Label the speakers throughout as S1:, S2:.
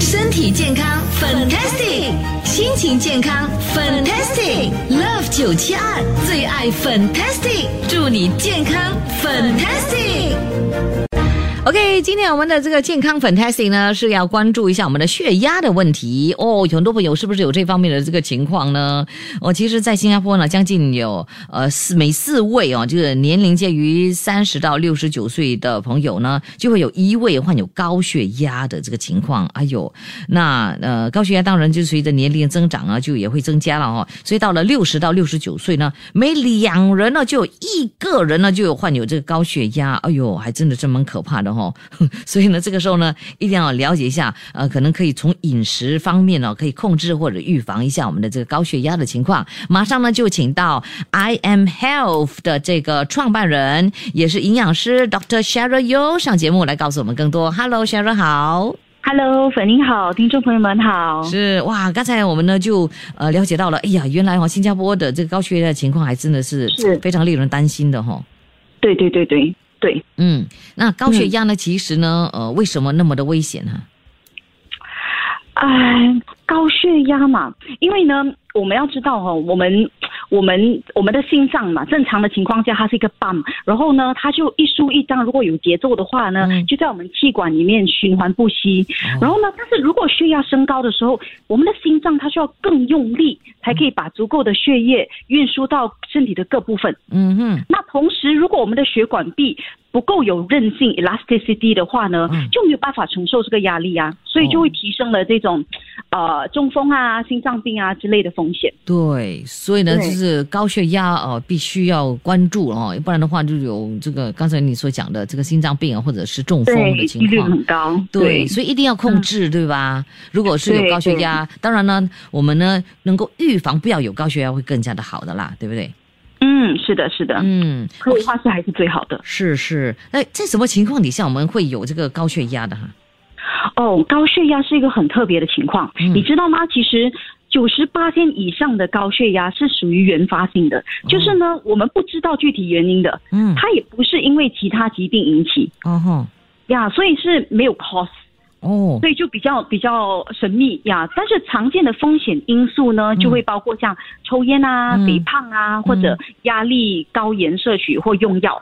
S1: 身体健康 fantastic，心情健康 fantastic，Love 九七二最爱 fantastic，祝你健康 fantastic。OK，今天我们的这个健康 fantastic 呢是要关注一下我们的血压的问题哦。有很多朋友是不是有这方面的这个情况呢？我、哦、其实，在新加坡呢，将近有呃四每四位哦，就是年龄介于三十到六十九岁的朋友呢，就会有一位患有高血压的这个情况。哎呦，那呃高血压当然就随着年龄增长啊，就也会增加了哦。所以到了六十到六十九岁呢，每两人呢就有一个人呢就有患有这个高血压。哎呦，还真的是蛮可怕的。哈， 所以呢，这个时候呢，一定要了解一下，呃，可能可以从饮食方面呢、哦，可以控制或者预防一下我们的这个高血压的情况。马上呢，就请到 I am Health 的这个创办人，也是营养师 Dr. Sheryl Yu 上节目来告诉我们更多。Hello，Sheryl 好。
S2: Hello，粉您好，听众朋友们好。
S1: 是哇，刚才我们呢就呃了解到了，哎呀，原来哦，新加坡的这个高血压情况还真的是
S2: 是
S1: 非常令人担心的哈、哦。
S2: 对对对对。对，
S1: 嗯，那高血压呢？嗯、其实呢，呃，为什么那么的危险呢、
S2: 啊？哎、呃，高血压嘛，因为呢，我们要知道哦，我们我们我们的心脏嘛，正常的情况下它是一个 bump，然后呢，它就一舒一张，如果有节奏的话呢，嗯、就在我们气管里面循环不息。哦、然后呢，但是如果血压升高的时候，我们的心脏它需要更用力，才可以把足够的血液运输到身体的各部分。
S1: 嗯哼，
S2: 那同时，如果我们的血管壁不够有韧性 （elasticity） 的话呢，嗯、就没有办法承受这个压力啊，所以就会提升了这种，哦、呃，中风啊、心脏病啊之类的风险。
S1: 对，所以呢，就是高血压哦、呃，必须要关注哦，不然的话就有这个刚才你所讲的这个心脏病啊，或者是中风的情况，
S2: 几率很高。
S1: 对，对所以一定要控制，嗯、对吧？如果是有高血压，当然呢，我们呢能够预防不要有高血压，会更加的好的啦，对不对？
S2: 嗯，是的，是的，
S1: 嗯，
S2: 可以话是还是最好的。
S1: 是是，那在什么情况底下我们会有这个高血压的哈？
S2: 哦，高血压是一个很特别的情况，嗯、你知道吗？其实。九十八天以上的高血压是属于原发性的，就是呢，哦、我们不知道具体原因的，
S1: 嗯，
S2: 它也不是因为其他疾病引起，
S1: 哦吼，
S2: 呀，所以是没有 cause。
S1: 哦，
S2: 所以就比较比较神秘呀。但是常见的风险因素呢，就会包括像抽烟啊、
S1: 嗯、哦
S2: 肥胖啊，或者压力、高盐摄取或用药。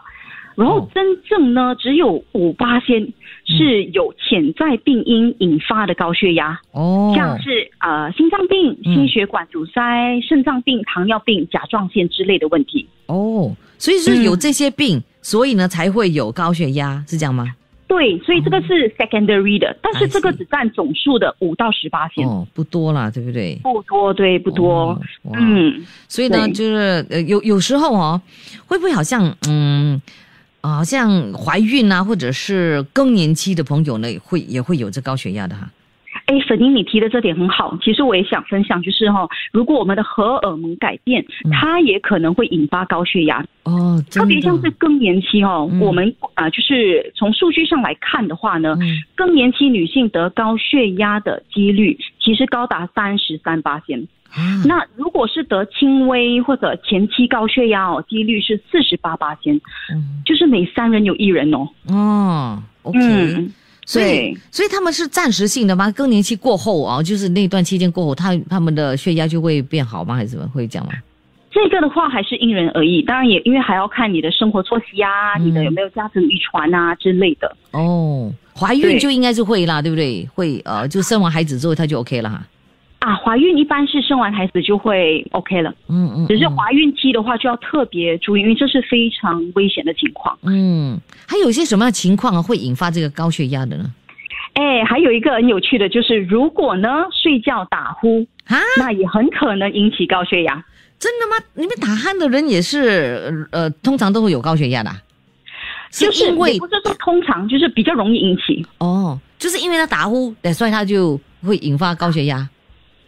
S2: 然后真正呢，只有五八先是有潜在病因引发的高血压，
S1: 哦，
S2: 像是呃心脏病、心血管阻塞、嗯、肾脏病、糖尿病、甲状腺之类的问题。
S1: 哦，所以是有这些病，嗯、所以呢才会有高血压，是这样吗？
S2: 对，所以这个是
S1: 哦
S2: secondary 的，但是这个只占总数的五到十八线，
S1: 哦，不多啦，对不对？
S2: 不多，对，嗯不多，
S1: 哦、
S2: 嗯。
S1: 所以呢，就是呃，有有时候哦，会不会好像嗯，啊、好像怀孕啊，或者是更年期的朋友呢，也会也会有这高血压的哈。
S2: 哎，粉英，你提的这点很好。其实我也想分享，就是哈、哦，如果我们的荷尔蒙改变，嗯、它也可能会引发高血压
S1: 哦。
S2: 特别像是更年期哦，嗯、我们啊、呃，就是从数据上来看的话呢，嗯、更年期女性得高血压的几率其实高达三十三八线。
S1: 啊、
S2: 那如果是得轻微或者前期高血压哦，几率是四十八八千，就是每三人有一人哦。
S1: 嗯哦，OK。所
S2: 嗯
S1: 以，所以他们是暂时性的吗？更年期过后啊，就是那段期间过后，他他们的血压就会变好吗？还是怎么会这样吗？
S2: 这个的话还是因人而异，当然也因为还要看你的生活作息啊，嗯、你的有没有家族遗传啊之类的。
S1: 哦，怀孕就应该是会啦，对,对不对？会呃，就生完孩子之后他就 OK 了哈。
S2: 啊，怀孕一般是生完孩子就会 OK 了，
S1: 嗯嗯，嗯
S2: 只是怀孕期的话就要特别注意，因为这是非常危险的情况。
S1: 嗯，还有一些什么样情况啊会引发这个高血压的呢？
S2: 哎，还有一个很有趣的就是，如果呢睡觉打呼
S1: 啊，
S2: 那也很可能引起高血压。
S1: 真的吗？你们打鼾的人也是呃，通常都会有高血压的、啊。
S2: 就是
S1: 因为
S2: 不是说通常就是比较容易引起
S1: 哦，就是因为他打呼，所以他就会引发高血压。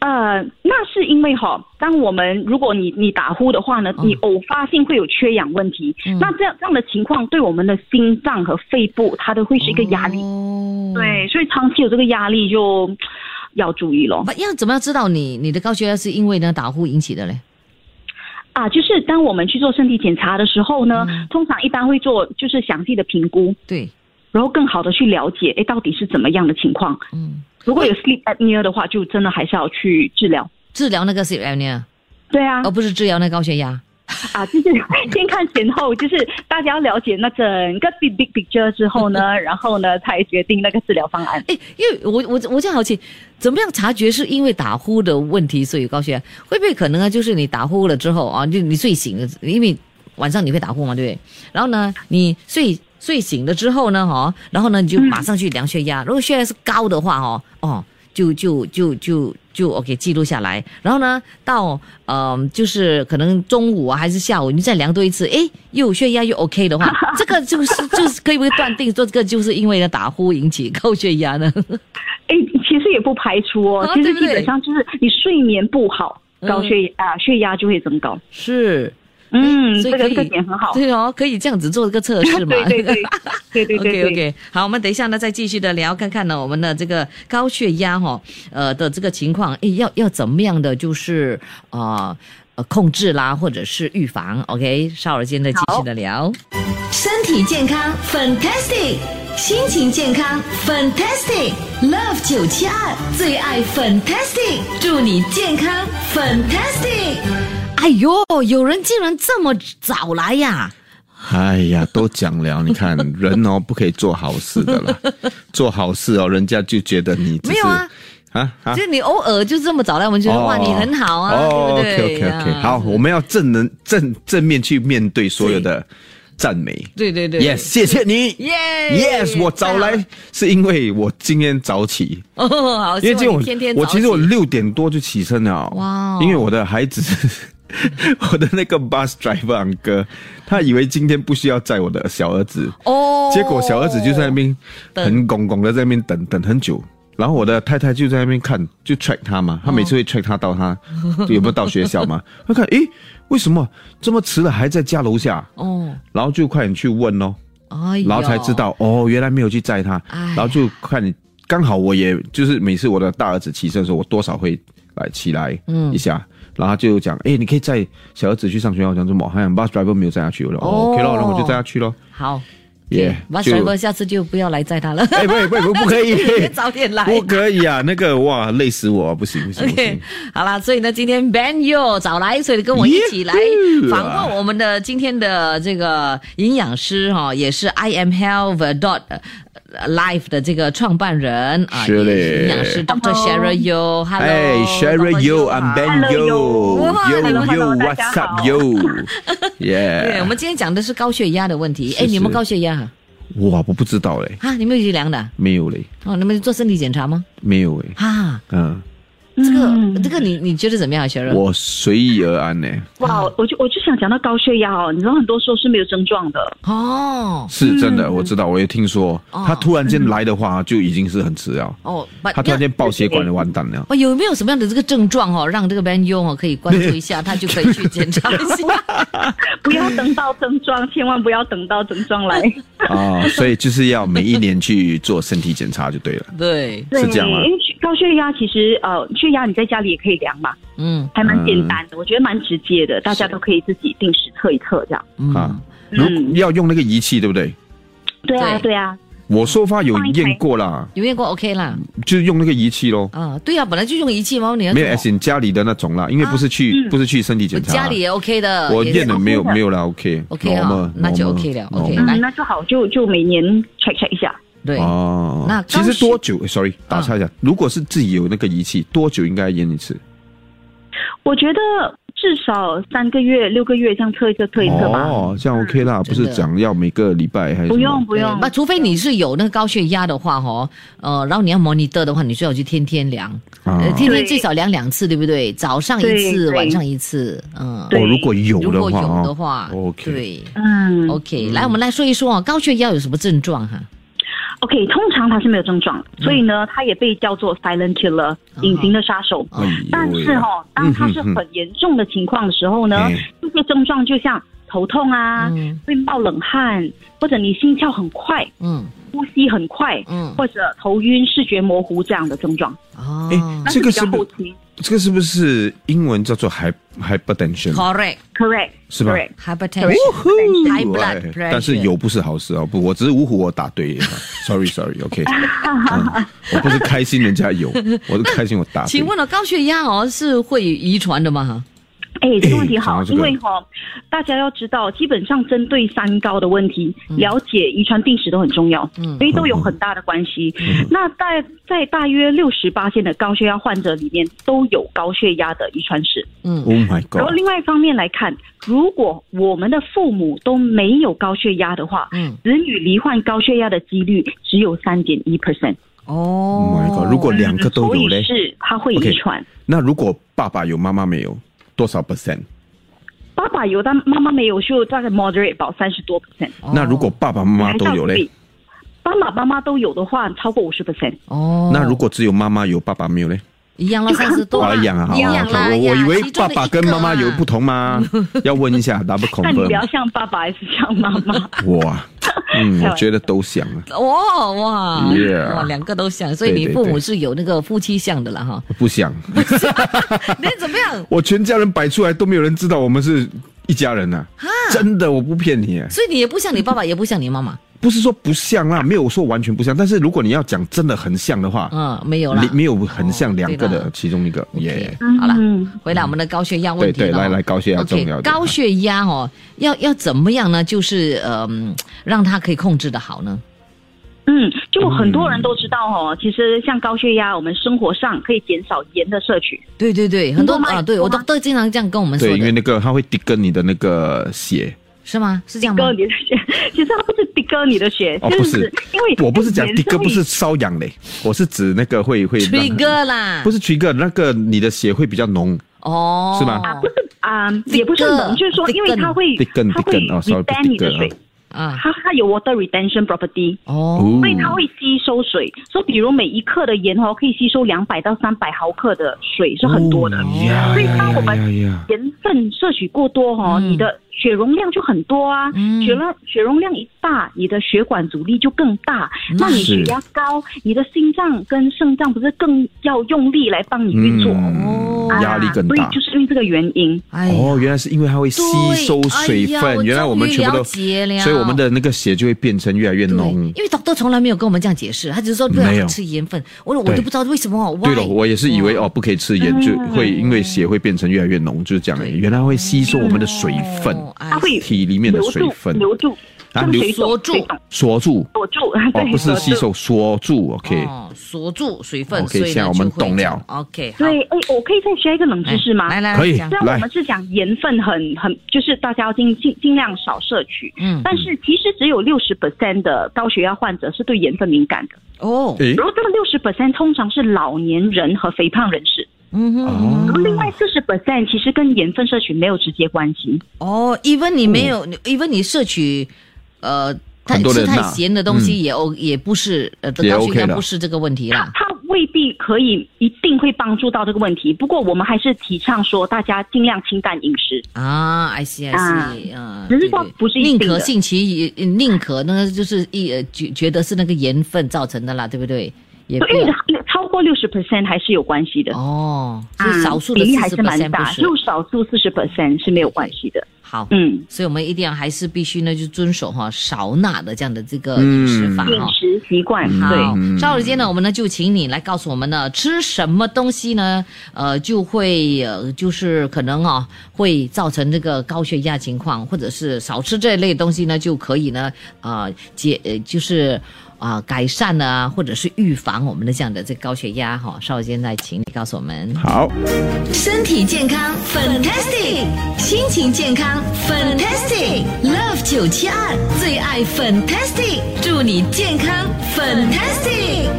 S2: 呃，那是因为哈，当我们如果你你打呼的话呢，你偶发性会有缺氧问题，
S1: 嗯、
S2: 那这样这样的情况对我们的心脏和肺部，它都会是一个压力。
S1: 哦、
S2: 对，所以长期有这个压力就要注意咯。
S1: 哦要怎么样知道你你的高血压是因为呢打呼引起的嘞？
S2: 啊，就是当我们去做身体检查的时候呢，嗯、通常一般会做就是详细的评估。
S1: 对。
S2: 然后更好的去了解，哎，到底是怎么样的情况。
S1: 嗯，
S2: 如果有 sleep apnea 的话，就真的还是要去治疗。
S1: 治疗那个 sleep apnea，
S2: 对啊
S1: 而，不是治疗那高血压。
S2: 啊，就是 先看前后，就是大家要了解那整个 big big picture 之后 呢，然后呢才决定那个治疗方案。
S1: 哎，因为我我我就好奇，怎么样察觉是因为打呼的问题，所以有高血压？会不会可能啊？就是你打呼了之后啊，就你睡醒了，因为晚上你会打呼嘛，对不对？然后呢，你睡睡醒了之后呢，哈、哦，然后呢你就马上去量血压，如果血压是高的话，哦哦，就就就就就 OK 记录下来，然后呢到嗯、呃就是可能中午啊还是下午，你再量多一次，诶，又有血压又 OK 的话，这个就是就是可以不可以断定说这个就是因为呢打呼引起高血压呢？
S2: 哎，其实也不排除哦，
S1: 啊
S2: 其
S1: 对
S2: 实
S1: 不
S2: 基
S1: 对
S2: 本上就是你睡眠不好，
S1: 嗯
S2: 高血啊血压就会增高。
S1: 是，
S2: 嗯，
S1: 所以
S2: 这个
S1: 可以
S2: 这个点很好。
S1: 对哦，可以这样子做一个测试嘛。
S2: 对对 对对对对
S1: OK
S2: 对。
S1: OK，好，我们等一下呢，再继续的聊，看看呢我们的这个高血压哈、呃的这个情况，诶要要怎么样的就是呃呃控制啦，或者是预防。OK，稍后间再继续的聊。
S3: 身体健康 fantastic，心情健康 fantastic，Love 972最爱 fantastic，祝你健康 fantastic。
S1: 哎呦，有人竟然这么早来呀、
S4: 哎呀，都讲了，你看人哦，不可以做好事的 啦，做好事哦，人家就觉得你只
S1: 没
S4: 是
S1: 有啊
S4: 啊啊
S1: 就你偶尔就这么早来，我们觉得、哇，你很好啊，
S4: 哦
S1: 对不对
S4: OK OK OK，
S1: 啊
S4: 好，我们要正能正正面去面对所有的赞美。
S1: 对对对
S4: Yes，谢谢你。
S1: 耶
S4: Yes，我早来是因为我今天早起，
S1: 哦，好，
S4: 因为
S1: 希
S4: 今
S1: 望
S4: 天我
S1: 你天天
S4: 我
S1: 早
S4: 其实我
S1: 起
S4: 六点多就起身了。
S1: 哇哦
S4: 因为我的孩子， 我的那个 bus driver 哥，他以为今天不需要载我的小儿子，
S1: 哦，
S4: 结果小儿子就在那边
S1: 等
S4: 很拱拱的在那边等等很久，然后我的太太就在那边看，就 track 他
S1: 哦
S4: 嘛，他每次会 track 他到他有没有到学 校嘛，他看诶，为什么这么迟了还在家楼下，
S1: 哦，
S4: 然后就快点去问咯，
S1: 哎呦，
S4: 然后才知道哦，原来没有去载他，
S1: 哎
S4: 然后就看刚好我也就是每次我的大儿子起身的时候，我多少会来起来
S1: 嗯
S4: 一下。然后他就讲，诶，你可以载小儿子去上学。我讲什么？好像 bus driver 没有载他去。我说、
S1: 哦
S4: 哦、OK 咯，然后我就载他去咯。
S1: 好。
S4: 耶、
S1: 完
S4: 就
S1: 帅哥，下次就不要来载他 了，
S4: 哎，不不不，不可以，
S1: 早点来。
S4: 不可以啊！那个哇，累死我，不行不行不
S1: OK，
S4: 行。
S1: 好啦，所以呢，今天 Ben Yo 找来，所以跟我一起来
S4: 耶
S1: 访问我们的今天的这个营养师哈、也是 I am Health dot Life 的这个创办人啊，
S4: 是
S1: 也
S4: 嘞
S1: 是营养师 Dr. Sherry Yo，Hello，
S4: 哎 s h e r r y you，I'm Ben
S2: Hello,
S4: you，you
S2: Hello,
S4: you，what's
S2: 大家
S4: up
S2: 好
S1: 对，我
S4: you？Yeah，
S1: 们今天讲的是高血压的问题。哎，
S4: 是
S1: 你有没有高血压啊？
S4: 哇，我不知道嘞，
S1: 啊，你没有去量的啊？
S4: 没有嘞，
S1: 哦，你们做身体检查吗？
S4: 没有嘞，
S1: 啊，
S4: 嗯，
S1: 这个、
S2: 嗯
S1: 这个你你觉得怎么样啊，Sherry？
S4: 我随遇而安呢，
S2: 哇，
S1: 嗯
S2: 我就我就想讲到高血压哦，你知道很多时候是没有症 状的。
S1: 哦
S4: 是真的，我知道，我也听说，
S1: 哦
S4: 他突然间来的话，就已经是很迟了，
S1: 哦，把
S4: 他突然间爆血管了，完蛋 了。
S1: 哦，有没有什么样的这个症状哦，让这个 Ben Yo 哦可以关注一 下，他就可以去检查一下。
S2: 不要等到症状，千万不要等到症状 来。
S4: 啊、所以就是要每一年去做身体检查就对了。
S1: 对，
S4: 是这样吗
S2: 对因为高血压其实呃，血压你在家里也可以量嘛，
S1: 嗯
S2: 还蛮简单的，我觉得蛮直接的，大家都可以自己定时测一测这样。
S1: 嗯
S4: 啊，如
S2: 嗯
S4: 要用那个仪器，对不对？
S2: 对啊，
S1: 对
S2: 对啊，
S4: 我说法有验过啦，
S1: 有验过 OK 啦。
S4: 就是用那个仪器咯，
S1: 啊，对啊，本来就用仪器嘛，你要
S4: 没有
S1: 做
S4: S 家里的那种啦，因为不是去、不是去身体
S1: 我
S4: 检查啦，
S1: 啊嗯家里也 OK 的，
S4: 我
S1: 也是
S4: 验了没有
S2: OK 的
S4: 没有啦 OK
S1: OK 啊
S4: normal，
S1: 那就
S4: normal，
S1: OK 了，OK，
S4: normal
S1: 来
S2: 嗯，那就好，就就每年 check check 一下。
S1: 对。
S4: 哦，
S1: 那啊
S4: 其
S1: 高
S4: 实
S1: 血
S4: 多久？Sorry，打岔一下，如果是自己有那个仪器，多久应该验一次？
S2: 我觉得至少三个月、六个月这样测一测、测一测吧。
S4: 哦，这样 OK 啦，不
S1: 嗯真的
S4: 是讲要每个礼拜还是什么
S2: 不用不
S1: 对
S2: 用
S1: 那，除非你是有那个高血压的话，哦，呃，然后你要 monitor 的话，你最好去天天量，
S4: 啊
S1: 呃，天天
S2: 对
S1: 最少量两次，对不对？早上一
S2: 对
S1: 次，
S2: 对
S1: 晚上一次，嗯，
S2: 对
S4: 哦，如果有
S1: 如
S4: 的
S1: 果
S4: 话
S1: 有的
S4: 哦
S1: 话
S4: ，OK
S1: 对
S2: 嗯
S4: 哦
S1: ，OK，来，我们来说一说哦，高血压有什么症状哈？
S2: ，OK，通常它是没有症状，
S4: 嗯
S2: 所以呢，它也被叫做 silent killer，隐形的杀手。
S4: 啊
S1: 哦
S4: 哎呦喂
S2: 但是哈，当它是很严重的情况的时候呢
S4: 嗯，
S2: 这些症状就像头痛啊
S1: 嗯，
S2: 会冒冷汗，或者你心跳很快，
S1: 嗯
S2: 呼吸很快，
S1: 嗯，
S2: 或者头晕、视觉模糊这样的症状，
S1: 哦，
S4: 诶
S2: 那
S4: 这
S2: 是
S4: 个
S2: 比
S4: 是
S2: 较
S4: 不
S2: 后期。
S4: 这个是不是英文叫做 hy- hypertension？
S1: Correct.
S2: Correct，
S4: 是吧
S2: correct
S1: Hypertension. High blood
S4: 哎
S1: pressure.
S4: 但是有不是好事哦，不，我只是五虎我答对 ，sorry sorry，OK，、嗯我不是开心人家有，我是开心我答对。
S1: 请问了，高血压哦是会遗传的吗？
S2: 哎，这个问题
S4: 讲
S2: 好，
S4: 到这个
S2: 因为哈、大家要知道，基本上针对三高的问题，
S4: 嗯
S2: 了解遗传病史都很重要，
S1: 嗯
S2: 因为都有很大的关系。
S4: 嗯
S2: 那在在大约六十八线的高血压患者里面，都有高血压的遗传史。
S1: 嗯，
S4: ，Oh my
S2: 然后
S4: God，
S2: 另外一方面来看，如果我们的父母都没有高血压的话，
S1: 嗯
S2: 子女罹患高血压的几率只有三点一 percent，
S1: 哦
S4: Oh my god，如果两个都
S2: 嗯所
S4: 有
S2: 以
S4: 嘞
S2: 是它会
S4: OK
S2: 遗传。
S4: 那如果爸爸有，妈妈没有，多少 percent？、
S2: 爸爸有，但妈妈没有，就大概 moderate 保三十多 percent。
S1: 哦
S4: 那如果爸爸妈妈都有嘞？
S2: 爸爸妈妈都有的话，超过五十 percent。
S4: 嗯
S1: 哦，
S4: 那如果只有妈妈有，爸爸没有嘞？
S1: 一样了
S2: 就看
S1: 三十多
S4: 啊，一样啊，好
S1: 哦一
S4: 啊
S1: 样啦，
S4: 我
S1: 一
S4: 我
S1: 样
S4: 以为
S1: 其中
S4: 爸
S1: 的
S4: 爸
S1: 一个
S4: 跟妈妈
S1: 啊
S4: 有不 同吗？要问一下，double
S2: 那你不
S4: confirm
S2: 要。像爸爸，还是像妈妈。
S4: 哇，
S2: 开
S4: 嗯，
S2: 玩笑
S4: 我觉得都想啊，
S1: 哦哇
S4: Yeah
S1: 哇，两个都像，所以你
S4: 对对
S1: 父母
S4: 对
S1: 是有那个夫妻相的了哈。
S4: 不想。
S1: 那怎么样？
S4: 我全家人摆出来都没有人知道我们是一家人呐、
S1: 哈
S4: 真的，我不骗你耶，
S1: 所以你也不像你爸爸，也不像你妈妈，
S4: 不是说不像啦，没有说完全不像，但是如果你要讲真的很像的话，
S1: 嗯，没有啦
S4: 你，没有很像两个
S1: 哦对
S4: 的
S1: 啦
S4: 其中一个，耶、
S1: OK，好了
S2: 嗯，
S1: 回来我们的高血压问题了哦
S4: 对对来来高血压
S1: OK，
S4: 重要的
S1: 高血压哦，要要怎么样呢？就是呃，嗯让它可以控制的好呢？
S2: 嗯，就很多人都知道
S4: 嗯
S2: 哦，其实像高血压，我们生活上可以减少盐的摄取。
S1: 对对对，很多
S2: 你懂吗
S1: 啊，对我都都经常这样跟我们说
S4: 对，因为
S1: 的，
S4: 那个它会滴跟你的那个血，
S1: 是吗？是这样吗
S2: 割？你的血， 其实它不是滴割你的血，
S4: 哦
S2: 就
S4: 不是
S2: 因为
S4: 我不是讲
S2: 盐
S4: 滴个，不
S2: 会
S4: 是瘙痒嘞，我是指那个会会让
S1: 吹哥啦，
S4: 不
S1: 是
S4: 是 trigger，那个你的血会比较浓，
S1: 哦，
S4: 是吗
S2: 啊，不是啊，也不是冷，就是说，因为它会
S4: 滴跟
S2: 它
S4: 滴
S2: 会
S4: 跟哦，sorry，不
S2: retain
S4: 滴
S2: 你的
S4: 跟啊
S2: 水，
S1: 啊，
S2: 它它有 water retention property。
S4: 嗯
S1: 哦，
S2: 所以它会吸收水，所以比如每一克的盐哦，可以吸收两百到三百毫克的水，是很多的。
S4: 哦呀
S2: 所以
S4: 呀
S2: 当我
S4: 呀
S2: 们
S4: 呀呀！
S2: 盐分摄取过多哦，
S1: 嗯
S2: 你的血容量就很多啊，
S1: 嗯
S2: 血容血容量一大，你的血管阻力就更大，
S4: 嗯
S2: 那你血压高，你的心脏跟肾脏不是更要用力来帮你运作？啊
S4: 嗯
S1: 哦
S4: 压力更
S2: 所以
S4: 大。
S2: 就是因为这个原因，
S1: 哎呀，
S4: 哦，原来是因为它会吸收水
S1: 对哎
S4: 分，
S1: 呀
S4: 原来我们全部
S1: 我
S4: 都，
S1: 终于了解了
S4: 所以我们的那个血就会变成越来越
S1: 对
S4: 浓，。
S1: 因为 doctor 从来没有跟我们这样解释，他只是说不
S4: 没
S1: 要
S4: 有
S1: 吃盐分，我我都
S4: 对
S1: 不知道为什么。
S4: 对
S1: why？
S4: 了，我也是以为哦，不可以吃盐，就会因为血会变成越来越浓，就是这样而已。
S1: 嗯对
S4: 原来会吸收我们的水分，
S1: 哦哎
S2: 它会
S4: 体里面的
S2: 留
S4: 水
S2: 住
S4: 分
S2: 留住，
S4: 啊
S2: 像
S4: 留
S2: 水
S1: 锁
S2: 肿
S1: 住
S2: 水肿
S4: 锁住，
S2: 锁住，
S4: 哦
S2: 对，，
S4: 不是
S2: 锁
S4: 吸
S2: 住
S4: 收，锁住。OK，
S1: 哦，锁住水分
S4: OK，
S1: 所以呢
S4: 现在我们
S1: 就会
S4: 懂了
S1: 这样 OK，好哎
S2: 对，哎，我可以再学一个冷知识吗？
S1: 来来
S4: 可以
S1: 来讲
S2: 虽然我
S4: 来
S2: 们是讲盐分很很，就是大家要尽尽尽量少摄取，
S1: 嗯
S2: 但是其实只有六十 percent 的高血压患者是对盐分敏感的，
S1: 哦，
S4: 诶，
S2: 然后这个六十 percent 通常是老年人和肥胖人士，
S1: 嗯哼嗯
S4: 哦
S2: 然后另外四十 percent 其实跟盐分摄取没有直接关系，
S1: 哼，哦，even 你没有你，even 你摄取，呃，太
S4: 嗯很多
S1: 吃
S4: 人
S1: 太
S4: 呐嗯
S1: 咸的东西也 O 也不是，呃，
S4: 也
S1: 高血
S4: OK
S1: 压
S4: 的
S1: 不是这个问题啦。
S2: 它未必可以一定会帮助到这个问题，不过我们还是提倡说大家尽量清淡饮食，
S1: 啊，I see I see，啊，
S2: 只是
S1: 对
S2: 说
S1: 对
S2: 不是一
S1: 宁
S2: 定
S1: 可
S2: 的
S1: 信其宁可那个就是一呃觉觉得是那个盐分造成的啦，对不对？也不
S2: 因为
S1: 要
S2: 超过六十 percent 还是有关系的。
S1: 哦，
S2: 啊
S1: 是少数的
S2: 比例还
S1: 四十
S2: 是蛮
S1: percent
S2: 大
S1: 不，是
S2: 就少数四十 percent 是没有关系的。
S1: 好，
S2: 嗯，
S1: 所以我们一定要还是必须呢，就遵守哈少钠的这样的这个饮食法
S4: 嗯
S2: 饮
S1: 哈。
S2: 食习惯
S1: 好
S2: 嗯对，
S1: 稍后时间呢，我们呢就请你来告诉我们呢，吃什么东西呢？呃，就会呃，就是可能啊、会造成这个高血压情况，或者是少吃这类东西呢，就可以呢，啊，解呃，就是啊、改善呢，或者是预防我们的这样的这个高血压哈、稍后时间再请你告诉我们。
S4: 好。
S3: 身体健康 fantastic，心情健康 fantastic，Love 九七二最爱 fantastic，祝你健康 fantastic。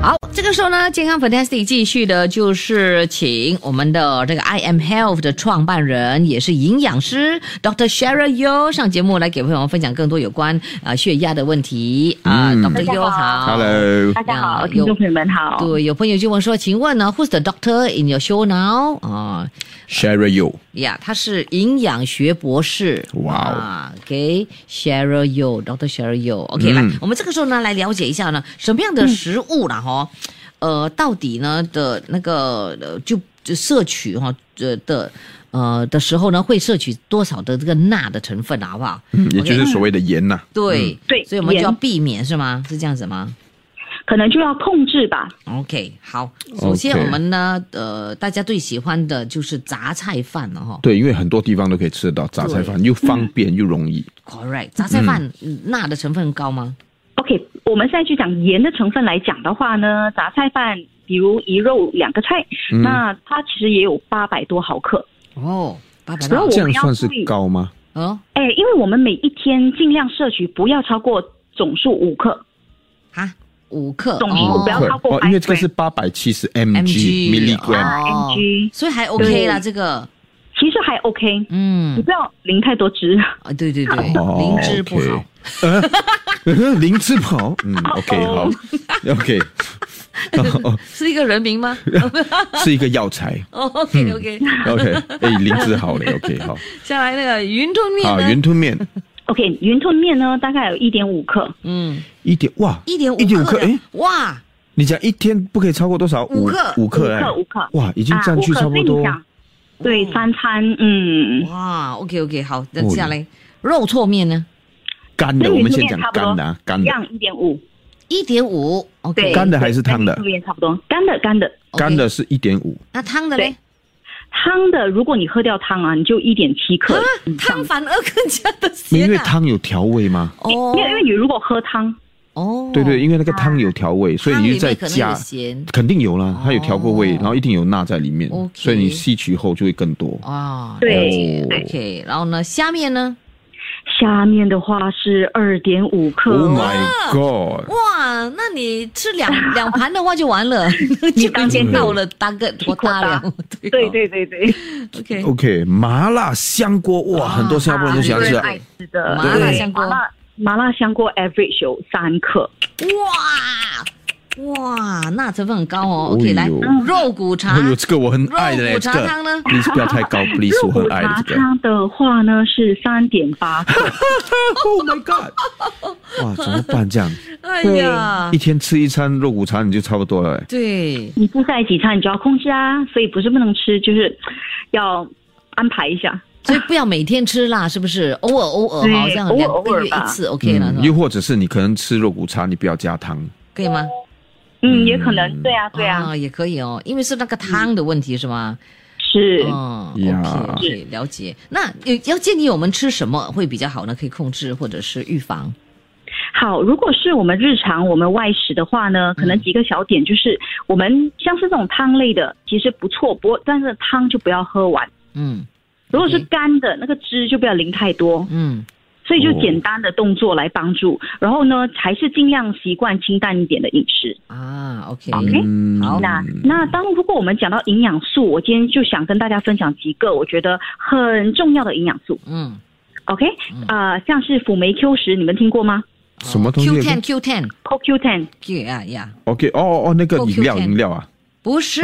S1: 好，这个时候呢，健康 Fantastic 继续的就是请我们的这个 I am Health 的创办人，也是营养师 Dr. Sheryl Yo 上节目来给朋友们分享更多有关啊、呃血压的问题啊、
S4: 嗯
S1: Dr. Yo 好。
S4: Hello，
S2: 大家好，
S1: 有
S2: 听众朋友们好。
S1: 对，有朋友就问说，请问呢，Who's the doctor in your show now？啊、
S4: Sherry You，
S1: 呀，他是营养学博士。
S4: 哇哦
S1: 啊，OK，Cheryl、Yo，Dr. Cheryl Yo，OK，、来，我们这个时候呢，来了解一下呢，什么样的食物啦，哈、呃，到底呢的那个呃就就摄取哈呃的呃的时候呢，会摄取多少的这个钠的成分啊，好不好？
S4: 嗯，也就是嗯
S1: OK，
S4: 所谓的盐呐、
S1: 对、
S2: 对
S1: 所以我们就要
S2: 盐
S1: 避免是吗？是这样子吗？
S2: 可能就要控制吧。
S1: OK，好，首先
S4: OK
S1: 我们呢呃，大家最喜欢的就是杂菜饭了哈、
S4: 对，因为很多地方都可以吃得到杂菜饭，又方便又容
S2: 嗯
S4: 易。
S1: Correct，杂菜饭嗯钠的成分高吗？
S2: OK，我们现在就讲盐的成分来讲的话呢，杂菜饭比如一肉两个菜，
S4: 嗯
S2: 那它其实也有八百多毫克。
S1: 哦，八百
S2: 然
S1: 多
S2: 后我，
S4: 这
S2: 们要
S4: 样算是
S2: 注意，
S4: 高吗？
S1: 哦
S2: 哎，因为我们每一天尽量摄取不要超过总数五克，
S1: 哈，五克，
S2: 总数
S1: 哦
S2: 不要超过
S4: 哦，因为这个
S2: 500g
S4: 是八百七十 mg
S1: mg
S4: 嗯 milligram，
S1: 哦
S2: mg
S1: 所以还 OK 啦，
S2: 对
S1: 这个，
S2: 其实还 OK，你
S1: 嗯，
S2: 不要淋太多汁。
S1: 啊，对对对，
S4: 哦呃
S1: 灵芝不好
S4: OK。灵 芝跑， 嗯，OK，好，OK，哦
S1: 是一个人名 吗哦
S4: 是一个药材嗯
S1: ？OK OK，
S4: ，OK，哎，灵芝好嘞，OK，好，
S1: 下来那个云吞面
S4: 好，
S1: 呢？
S4: 云吞面
S2: OK，云吞面呢大概有一点五克，
S1: 嗯，
S4: 一点哇，
S1: 一点五
S4: 一点五克，
S1: 克的
S4: 哎，
S1: 哇，
S4: 你讲一天不可以超过多少？
S1: 五克
S4: 五克，
S2: 五
S4: 哎
S2: 克五克
S4: 哇，已经
S2: 啊，
S4: 占
S2: 五
S4: 据
S2: 克，
S4: 差
S2: 所
S4: 不
S2: 以
S4: 多
S2: 你，想，对
S1: 哦
S2: 三餐，嗯，
S1: 哇，OK OK，好，那
S4: 哦
S1: 接下来肉错面呢？
S4: 干
S2: 那
S4: 的，
S2: 你
S4: 我们
S2: 这
S4: 先
S2: 边
S4: 讲
S2: 差不多
S4: 干的，啊，干
S2: 一
S4: 的，
S2: 样一点五，
S1: 一点五，OK，
S2: 对，
S4: 干的还是汤的
S2: 跟你这边差不多，干的干的。
S1: OK
S4: 干的是一点五，
S1: 那汤的嘞
S2: 对？汤的，如果你喝掉汤啊，你就一点七克
S1: 啊
S2: 以，上
S1: 汤。反而更加的
S4: 因
S1: 咸
S4: 为
S1: 啊！
S4: 汤有调味吗？
S1: 哦
S2: 因为因为你如果喝汤，
S1: 哦，
S4: 对对，因为那个汤有调味，所以你就
S1: 汤里
S4: 在
S1: 面可能有
S4: 加，
S1: 咸
S4: 肯定有啦，它有调过味，
S1: 哦
S4: 然后一定有钠在里面
S1: OK，
S4: 所以你吸取后就会更多。哦
S1: 啊，
S2: 对
S4: 对
S1: OK，然后呢，虾面呢？
S2: 下面的话是二点五克
S4: Oh
S2: 哦，
S4: my god！
S1: 哇，那你吃 两两盘的话就完了，就
S2: 当天
S1: 到了大个多大
S2: 大
S1: 了？
S2: 对对对对，
S1: ，OK，
S4: OK，麻辣香锅哇，
S1: 啊
S4: 很多新加坡人都喜欢吃
S2: 对
S4: 啊。
S2: 爱吃的
S1: 麻
S4: 辣
S1: 香锅
S2: 麻辣麻辣香锅 average 有三克，
S1: 哇哇，钠成分很高哦。
S4: 哎
S1: OK，
S4: 呦
S1: 来
S4: 嗯
S1: 肉骨茶
S4: 哎，呦，这个我很爱的
S1: 肉
S4: 嘞，
S1: 骨
S4: 这
S1: 茶
S4: 个
S1: 汤呢
S4: please 不要太高，please 我
S2: 肉
S4: 很
S2: 骨
S4: 爱的
S2: 茶
S4: 这个。
S2: 汤的话呢是三点八 克，
S4: Oh my god！哇， 怎么办这样？
S1: 哎呀
S4: 一，天吃一餐肉骨茶你就差不多了嘞。
S1: 对，
S2: 你不在几餐你就要控制啊，所以不是不能吃，就是要安排一下。
S1: 所以不要每天吃辣，是不是？偶尔偶尔，
S2: 对
S1: 好像
S2: 偶尔
S1: 两
S2: 偶
S1: 个
S2: 尔
S1: 月
S2: 吧
S1: 一次 OK 了，
S4: 嗯
S1: 是
S4: 又
S1: 吧
S4: 或者是你可能吃肉骨茶，你不要加汤。
S1: 可以吗？
S2: 嗯，
S4: 嗯
S2: 也可能，对啊，对啊，
S1: 啊，也可以哦，因为是那个汤的问题是吗？
S2: 是。
S4: 啊
S1: 嗯
S4: 呀
S1: ，OK OK，了解。那呃要建议我们吃什么会比较好呢？可以控制或者是预防？
S2: 好，如果是我们日常我们外食的话呢，
S1: 嗯
S2: 可能几个小点就是，我们像是这种汤类的其实不错，不过但是汤就不要喝完。
S1: 嗯
S2: 如果是
S1: OK
S2: 干的那个汁就不要淋太多，
S1: 嗯，
S2: 所以就
S4: 哦
S2: 简单的动作来帮助。然后呢，还是尽量习惯清淡一点的饮食。
S1: 啊，OK，
S2: OK
S4: 嗯
S1: 好
S2: 那那当如果我们讲到营养素，我今天就想跟大家分享几个我觉得很重要的营养素。
S1: 嗯，
S2: OK，
S1: 嗯
S2: 啊、像是辅酶 Q 十，你们听过吗
S4: 什么东西
S1: Q ten Q ten
S2: ？CoQ ten，
S1: Q 啊呀，
S4: OK，哦哦哦，那个
S1: 够
S4: 饮料
S1: Q10
S4: 饮料啊，
S1: 不是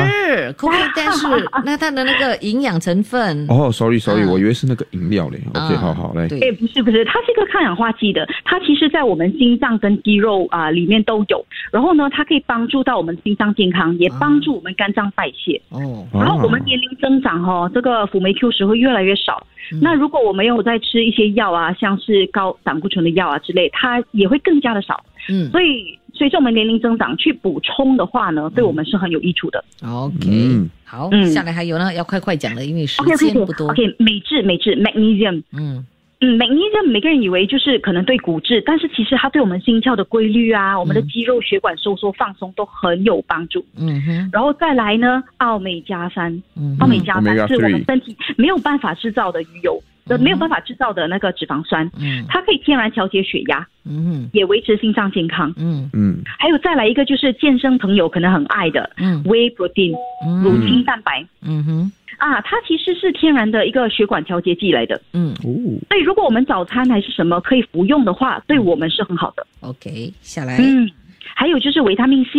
S1: Q ten 是那它的那个营养成分。
S4: 哦，sorry sorry，
S1: 嗯
S4: 我以为是那个饮料嘞。
S1: 啊
S4: OK，好好来，
S2: 哎，
S1: 对，
S2: 不是不是，它是一个抗氧化剂的，它其实在我们心脏跟肌肉啊、里面都有。然后呢，它可以帮助到我们心脏健康，也
S1: 啊
S2: 帮助我们肝脏代谢。
S1: 哦，
S4: 啊
S2: 然后我们年龄增长哦，这个辅酶 Q 十会越来越少。
S1: 嗯
S2: 那如果我们有在吃一些药啊，像是高胆固醇的药啊之类，它也会更加的少。
S1: 嗯
S2: 所以随着我们年龄增长去补充的话呢，对我们是很有益处的。
S1: ，OK，
S4: 嗯
S1: 好，
S2: 嗯
S1: 下来还有呢，要快快讲了，因为时
S2: OK OK
S1: 间
S2: OK
S1: 不多。
S2: OK，镁质镁质 magnesium，
S1: 嗯，
S2: 嗯，magnesium 每个人以为就是可能对骨质，但是其实它对我们心跳的规律啊，我们的
S1: 嗯
S2: 肌肉血管收缩放松都很有帮助。
S1: 嗯哼，
S2: 然后再来呢，奥美加三，
S1: 嗯
S2: 奥
S1: 哼，
S2: 美加三
S4: omega
S2: 是我们
S4: three
S2: 身体没有办法制造的鱼油，呃，
S1: 嗯
S2: 没有办法制造的那个脂肪酸，
S1: 嗯
S2: 它可以天然调节血压，
S1: 嗯
S2: 也维持心脏健康。
S1: 嗯
S4: 嗯，
S2: 还有再来一个就是健身朋友可能很爱的
S1: 嗯
S2: whey protein 乳
S1: 嗯
S2: 清蛋白、
S1: 嗯哼，
S2: 啊，它其实是天然的一个血管调节剂来的。
S1: 嗯
S4: 哦，
S2: 所以如果我们早餐还是什么可以服用的话，对我们是很好的。
S1: ，OK，下来，
S2: 嗯，还有就是维他命 C，、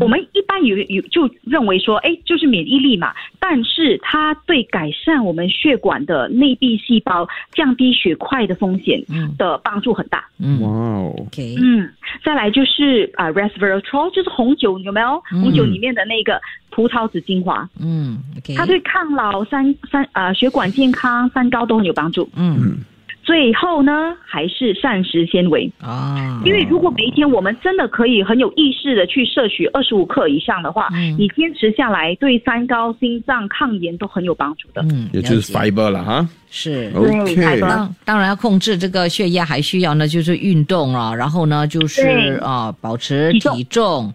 S2: 我们一般有有就认为说，哎，就是免疫力嘛，但是它对改善我们血管的内壁细胞、降低血块的风险
S1: 嗯
S2: 的帮助很大。
S4: 哇
S1: 嗯
S4: 哦，
S1: ，OK，
S2: 嗯，再来就是啊、r e s v e r a t r o l 就是红酒，有没有？
S1: 嗯
S2: 红酒里面的那个葡萄籽精华，
S1: 嗯，OK，
S2: 它对抗老、三三啊、血管健康、三高都很有帮助。
S1: 嗯
S2: 最后呢，还是膳食纤维，
S1: 啊，
S2: 因为如果每一天我们真的可以很有意识的去摄取二十五克以上的话，
S1: 嗯
S2: 你坚持下来，对三高、心脏、抗炎都很有帮助的。
S1: 嗯，
S4: 也就是哦
S1: 了解
S4: fiber 了哈。
S1: 是。
S2: 对
S4: OK，
S2: fiber
S1: 当当然要控制这个血压，还需要呢就是运动了，然后呢就是
S2: 对
S1: 啊、保持
S2: 体重
S1: 体重，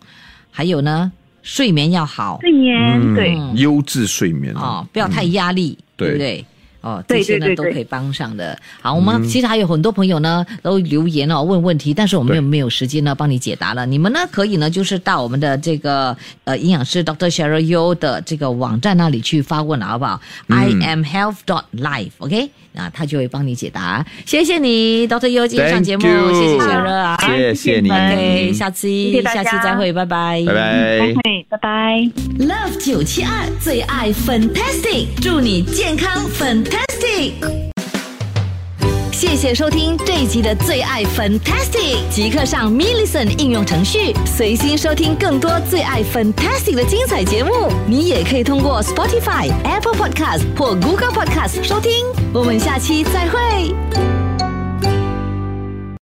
S1: 还有呢睡眠要好
S2: 睡眠、对，
S4: 嗯优质睡眠
S1: 啊、不要太压力，
S4: 嗯
S1: 对不对？哦，这
S2: 对
S1: 些呢
S2: 对对
S1: 都
S2: 对
S1: 可以帮上的。好，我
S4: 嗯
S1: 们其实还有很多朋友呢都留言哦问问题，但是我们
S4: 对
S1: 又没有时间呢帮你解答了。你们呢可以呢就是到我们的这个呃营养师 Dr. Cheryl Yu 的这个网站那里去发问了，啊好不好、i
S4: 嗯
S1: am health dot life，OK，、那他就会帮你解答。谢谢你，Dr. Yu 今天上节目
S4: Thank you
S1: 谢谢 Cheryl 啊，
S4: 谢谢你，
S1: OK，下次
S2: 谢
S1: 下
S2: 大家
S1: 期再会，拜拜，
S4: 拜。
S1: 嗯
S4: 拜。
S2: 对，拜拜。
S3: Love 九七二最爱 Fantastic，祝你健康 Fantastic。谢谢收听这一集的最爱 Fantastic，即刻上 m i l l i c e n 应用程序，随心收听更多最爱 Fantastic 的精彩节目。你也可以通过 Spotify、Apple Podcast 或 Google Podcast 收听。我们下期再会。